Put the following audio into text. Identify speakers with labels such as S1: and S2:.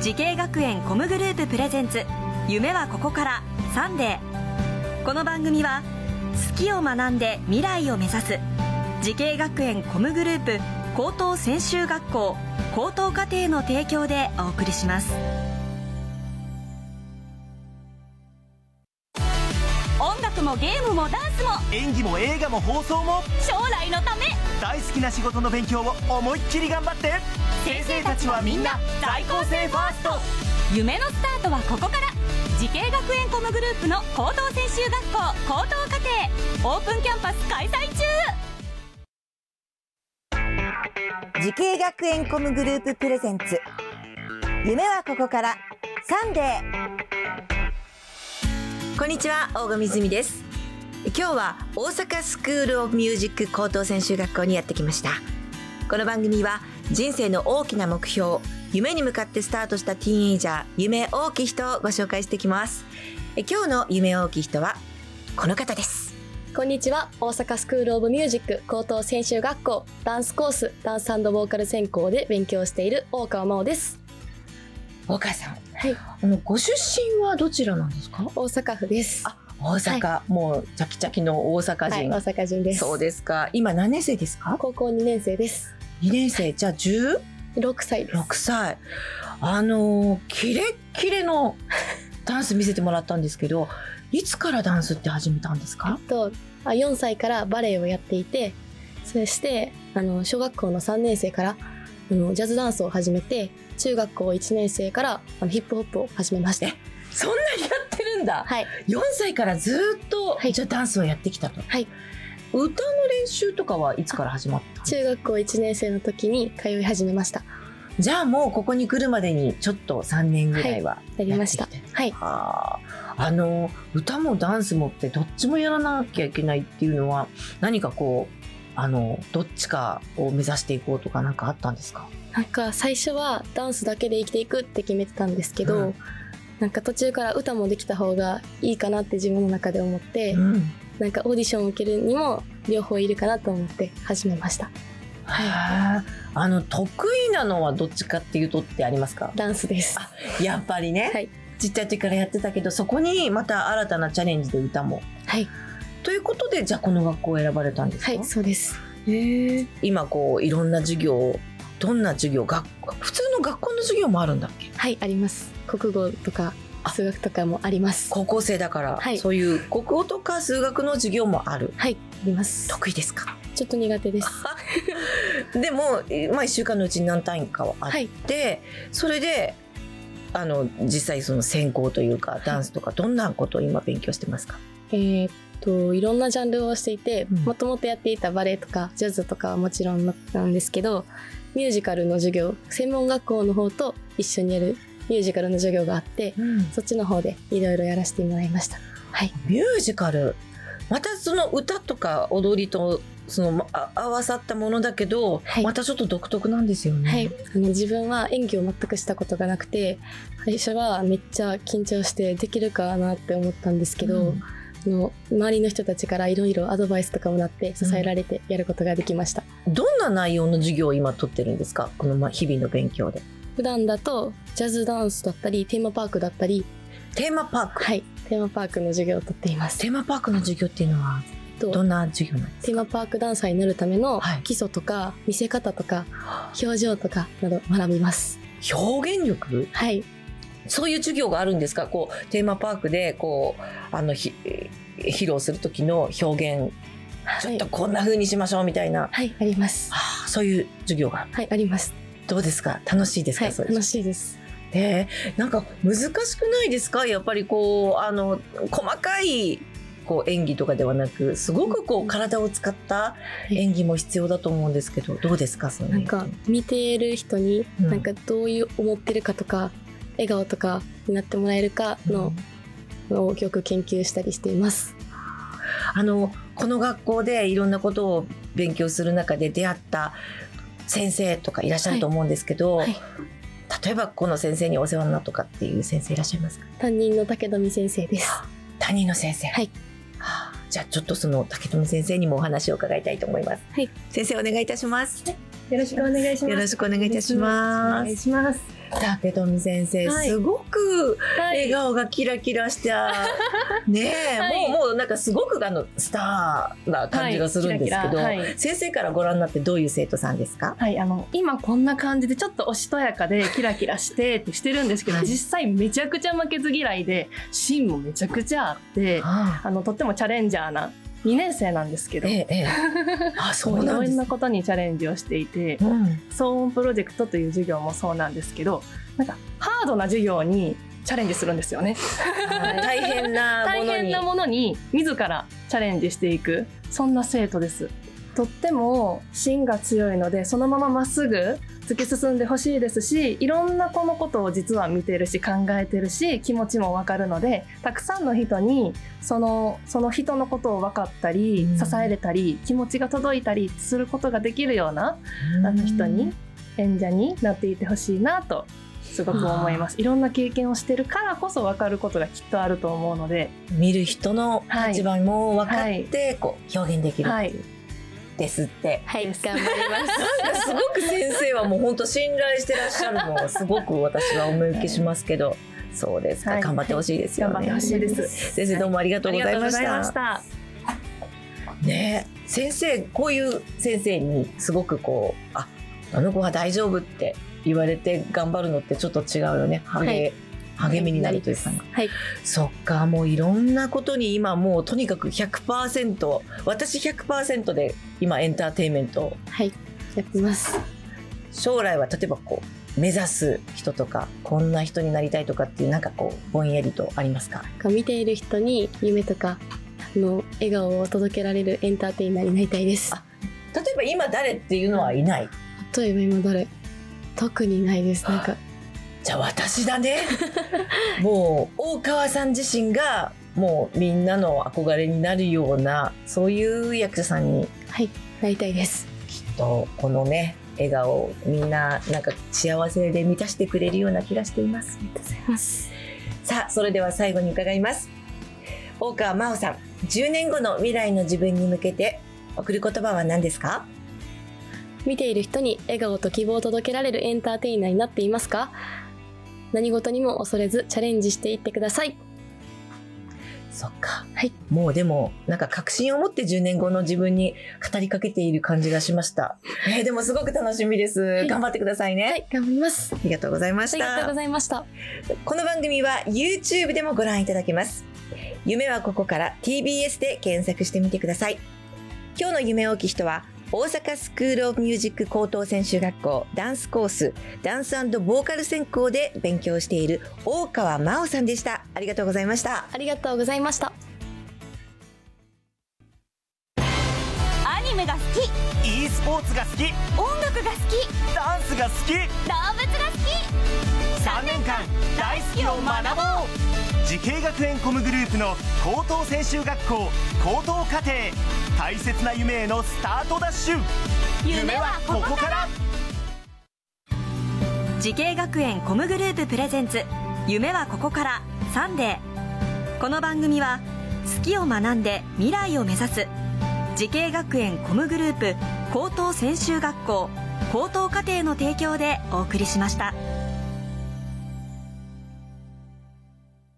S1: 慈恵学園コムグループプレゼンツ夢はここからサンデーこの番組は好きを学んで未来を目指す慈恵学園コムグループ高等専修学校高等課程の提供でお送りします
S2: 音楽もゲームもダンスも
S3: 演技も映画も放送も
S2: 将来のため
S3: 大好きな仕事の勉強を思いっきり頑張って
S2: 先生たちはみんな
S3: 在校生ファースト
S2: 夢のスタートはここから慈恵学園コムグループの高等専修学校高等課程オープンキャンパス開催中
S4: 時系学園コムグループプレゼンツ夢はここからサンデー
S5: こんにちは大賀みです今日は大阪スクールオブミュージック高等専修学校にやってきましたこの番組は人生の大きな目標夢に向かってスタートしたティーンエイジャー夢大きい人をご紹介していきますえ今日の夢大きい人はこの方です
S6: こんにちは大阪スクールオブミュージック高等専修学校ダンスコースダンスボーカル専攻で勉強している大川真央です
S5: 大川さん、
S6: はい、
S5: あのご出身はどちらなんですか
S6: 大阪府です
S5: あ大阪、もうチャキチャキの大阪
S6: はい
S5: 人、
S6: 大阪人です
S5: そうですか今何年生ですか
S6: 高校2年生です
S5: 2年生じゃあ10
S6: 6歳です
S5: 6歳あのーキレッキレのダンス見せてもらったんですけど いつからダンスって始めたんですか
S6: とあ4歳からバレエをやっていてそしてあの小学校の3年生からあのジャズダンスを始めて中学校1年生からあのヒップホップを始めました
S5: えそんなにやってるんだ
S6: はい
S5: 4歳からずっと、
S6: はい
S5: じゃあダンスをやってきたと、
S6: はい
S5: 歌の練習とかはいつから始まった
S6: 中学校1年生の時に通い始めました
S5: じゃあもうここに来るまでにちょっと3年ぐらいは
S6: やりました
S5: やってきて
S6: はい
S5: はああの歌もダンスもってどっちもやらなきゃいけないっていうのは何かこうあのどっちかを目指していこうとか何かあったんですか
S6: なんか最初はダンスだけで生きていくって決めてたんですけど、
S5: うん
S6: なんか途中から歌もできた方がいいかなって自分の中で思って、
S5: ん、
S6: なんかオーディションを受けるにも両方いるかなと思って始めました
S5: はああの得意なのはどっちかっていうとってありますか
S6: ダンスです
S5: あやっぱりね、
S6: はい
S5: ちっちゃい時からやってたけどそこにまた新たなチャレンジで歌も
S6: はい
S5: ということでじゃあこの学校を選ばれたんですか、
S6: はいそうです
S5: へえ今こういろんな授業どんな授業学普通の学校の授業もあるんだっけ
S6: はいあります国語とか
S5: あ
S6: 数学とかもありますあ
S5: 高校生だから、
S6: はい
S5: そういう国語とか数学の授業もある
S6: ります
S5: 得意ですか
S6: ちょっと苦手です
S5: でも、えまあ、1週間のうちに何単位かはあっ
S6: はい
S5: て、それであの実際その専攻というかダンスとかどんなことを今勉強してますか、
S6: えーっといろんなジャンルをしていて
S5: うん
S6: もともとやっていたバレエとかジャズとかはもちろんなんですけどミュージカルの授業専門学校の方と一緒にやるミュージカルの授業があってそっちの方でいろいろやらせてもらいましたはい
S5: ミュージカルまたその歌とか踊りとそのまあ合わさったものだけど、
S6: はい
S5: またちょっと独特なんですよね。
S6: はい、あの自分は演技を全くしたことがなくて最初はめっちゃ緊張してできるかなって思ったんですけど、
S5: うん
S6: あの周りの人たちからいろいろアドバイスとかもらって支えられてやることができました、
S5: どんな内容の授業を今取ってるんですかこのま日々の勉強で。
S6: 普段だとジャズダンスだったりテーマパークだったり
S5: テーマパーク、
S6: はいテーマパークの授業をとっています
S5: テーマパークの授業っていうのは
S6: と
S5: どんな授業なんです
S6: テーマパークダンサーになるための
S5: はい
S6: 基礎とか見せ方とか表情とかなど学びます
S5: か表現力
S6: はい
S5: そういう授業があるんですかこうテーマパークでこうあのひえー披露する時の表現ちょっとこんな風にしましょうみたいな、
S6: はいあります
S5: はあそういう授業がある
S6: はいあります
S5: どうですか楽しいですか、
S6: はい
S5: そういう
S6: 楽しいです
S5: えーなんか難しくないですかやっぱりこうあの細かいこう演技とかではなくすごくこ
S6: う
S5: うん体を使った
S6: い
S5: 演技も必要だと思うんですけどどうですかその
S6: なんか見ている人に
S5: うん
S6: なんかどういう思ってるかとか笑顔とかになってもらえるかのをよく研究したりしています
S5: あのこの学校でいろんなことを勉強する中で出会った先生とかいらっしゃると思うんですけど、
S6: はいはい
S5: 例えばこの先生にお世話になったとかっていう先生いらっしゃいますか
S6: 担任の武富先生です
S5: 担任の先生
S6: はい
S5: はあじゃあちょっとその竹富先生にもお話を伺いたいと思います、
S6: はい
S5: 先生お願いいたします
S7: よろしくお願いします。
S5: よろしくお願いいたします
S7: お願いします。
S5: 竹富先生、
S7: はい
S5: すごく
S7: は
S5: 笑顔がキラキラした、ねえ、
S7: はい
S5: もうもうなんかすごくあのスターな感じがするんですけど、
S7: はいキラキラはい
S5: 先生からご覧になってどういう生徒さんですか
S7: はい、あの今こんな感じでちょっとおしとやかでキラキラしてってしてるんですけど、
S5: はい
S7: 実際めちゃくちゃ負けず嫌いで芯もめちゃくちゃあって
S5: あ
S7: あのとってもチャレンジャーな2年生なんですけど、
S5: ええええ あ
S7: い
S5: そうな
S7: ろ
S5: んで
S7: ん
S5: すね
S7: なことにチャレンジをしていて
S5: うん
S7: 騒音プロジェクトという授業もそうなんですけどなんかハードな授業にチャレンジするんですよね。
S5: 大変なも
S7: 大
S5: の
S7: 変
S5: に
S7: なものに自らチャレンジしていくそんな生徒ですとっても芯が強いのでそのまままっすぐ突き進んでほしいですしいろんな子のことを実は見てるし考えてるし気持ちもわかるのでたくさんの人にそのその人のことを分かったり
S5: うん
S7: 支えれたり気持ちが届いたりすることができるようなあの人に演者になっていてほしいなとすごく思いますいろんな経験をしてるからこそ分かることがきっとあると思うので
S5: 見る人の立場も分かって、こう表現できる
S7: はい、
S5: ですって、
S6: はい、頑張ります。
S5: なんかすごく先生はもう本当信頼してらっしゃるのをすごく私はお見受けしますけどそうですか、
S7: はい
S5: 頑張ってほしいですよ
S7: 頑
S5: ね、
S7: 張ってほしいです。
S5: 先生どうもありがと
S7: あ
S5: うご
S7: り
S5: ざい
S7: がとうご
S5: まし
S7: ざい
S5: た。
S7: ました。
S5: ねえ先生こういう先生にすごくこうああの子は大丈夫って言われて頑張るのってちょっと違うよね励,、
S6: はい
S5: 励みになるというか、
S6: はい
S5: そっかもういろんなことに今もうとにかく100%私100%で今エンターテインメントを
S6: はい、やってます。
S5: 将来は例えばこう目指す人とかこんな人になりたいとかっていうなんかこうぼんやりとありますか
S6: こう見ている人に夢とかの笑顔を届けられるエンターテイナーになりたいです
S5: あ。例えば今誰っていうのはいない
S6: 例えば今誰特にないです。なんか、
S5: じゃあ私だね もう大川さん自身がもうみんなの憧れになるようなそういう役者さんに
S6: はい、なりたいです。
S5: きっとこのね笑顔をみんななんか幸せで満たしてくれるような気がしていますさあそれでは最後に伺います大川真央さん10年後の未来の自分に向けて送る言葉は何ですか
S6: 見ている人に笑顔と希望を届けられるエンターテイナーになっていますか何事にも恐れずチャレンジしていってください。
S5: そっか、
S6: はい
S5: もうでもなんか確信を持って10年後の自分に語りかけている感じがしま した、えーでもすごく楽しみです、
S6: い
S5: 頑張ってくださいね、
S6: はい、頑張ります。あ
S5: ありがとうございまし
S6: りがとう
S5: た
S6: ございました。
S5: この番組は YouTube でもご覧いただけます夢はここから TBS で検索してみてください今日の夢大きい人は大阪スクールオブミュージック高等専修学校ダンスコースダンスボーカル専攻で勉強している大川真央さんでしたありがとうございました
S6: ありがとうございました。
S8: アニメが好き
S3: e スポーツが好き
S8: 音楽が好き
S3: ダンスが好き
S8: 動物が好き
S3: 3年間大好きを学ぼ
S8: ぼう
S3: う慈恵学園コムグループの高等専修学校高等課程大切な夢へのスタートダッシュ
S8: 夢はここ
S3: から
S1: 慈恵学園コムグループプレゼンツ夢はここからサンデーこの番組は好きを学んで未来を目指す慈恵学園コムグループ高等専修学校高等課程の提供でお送りしました。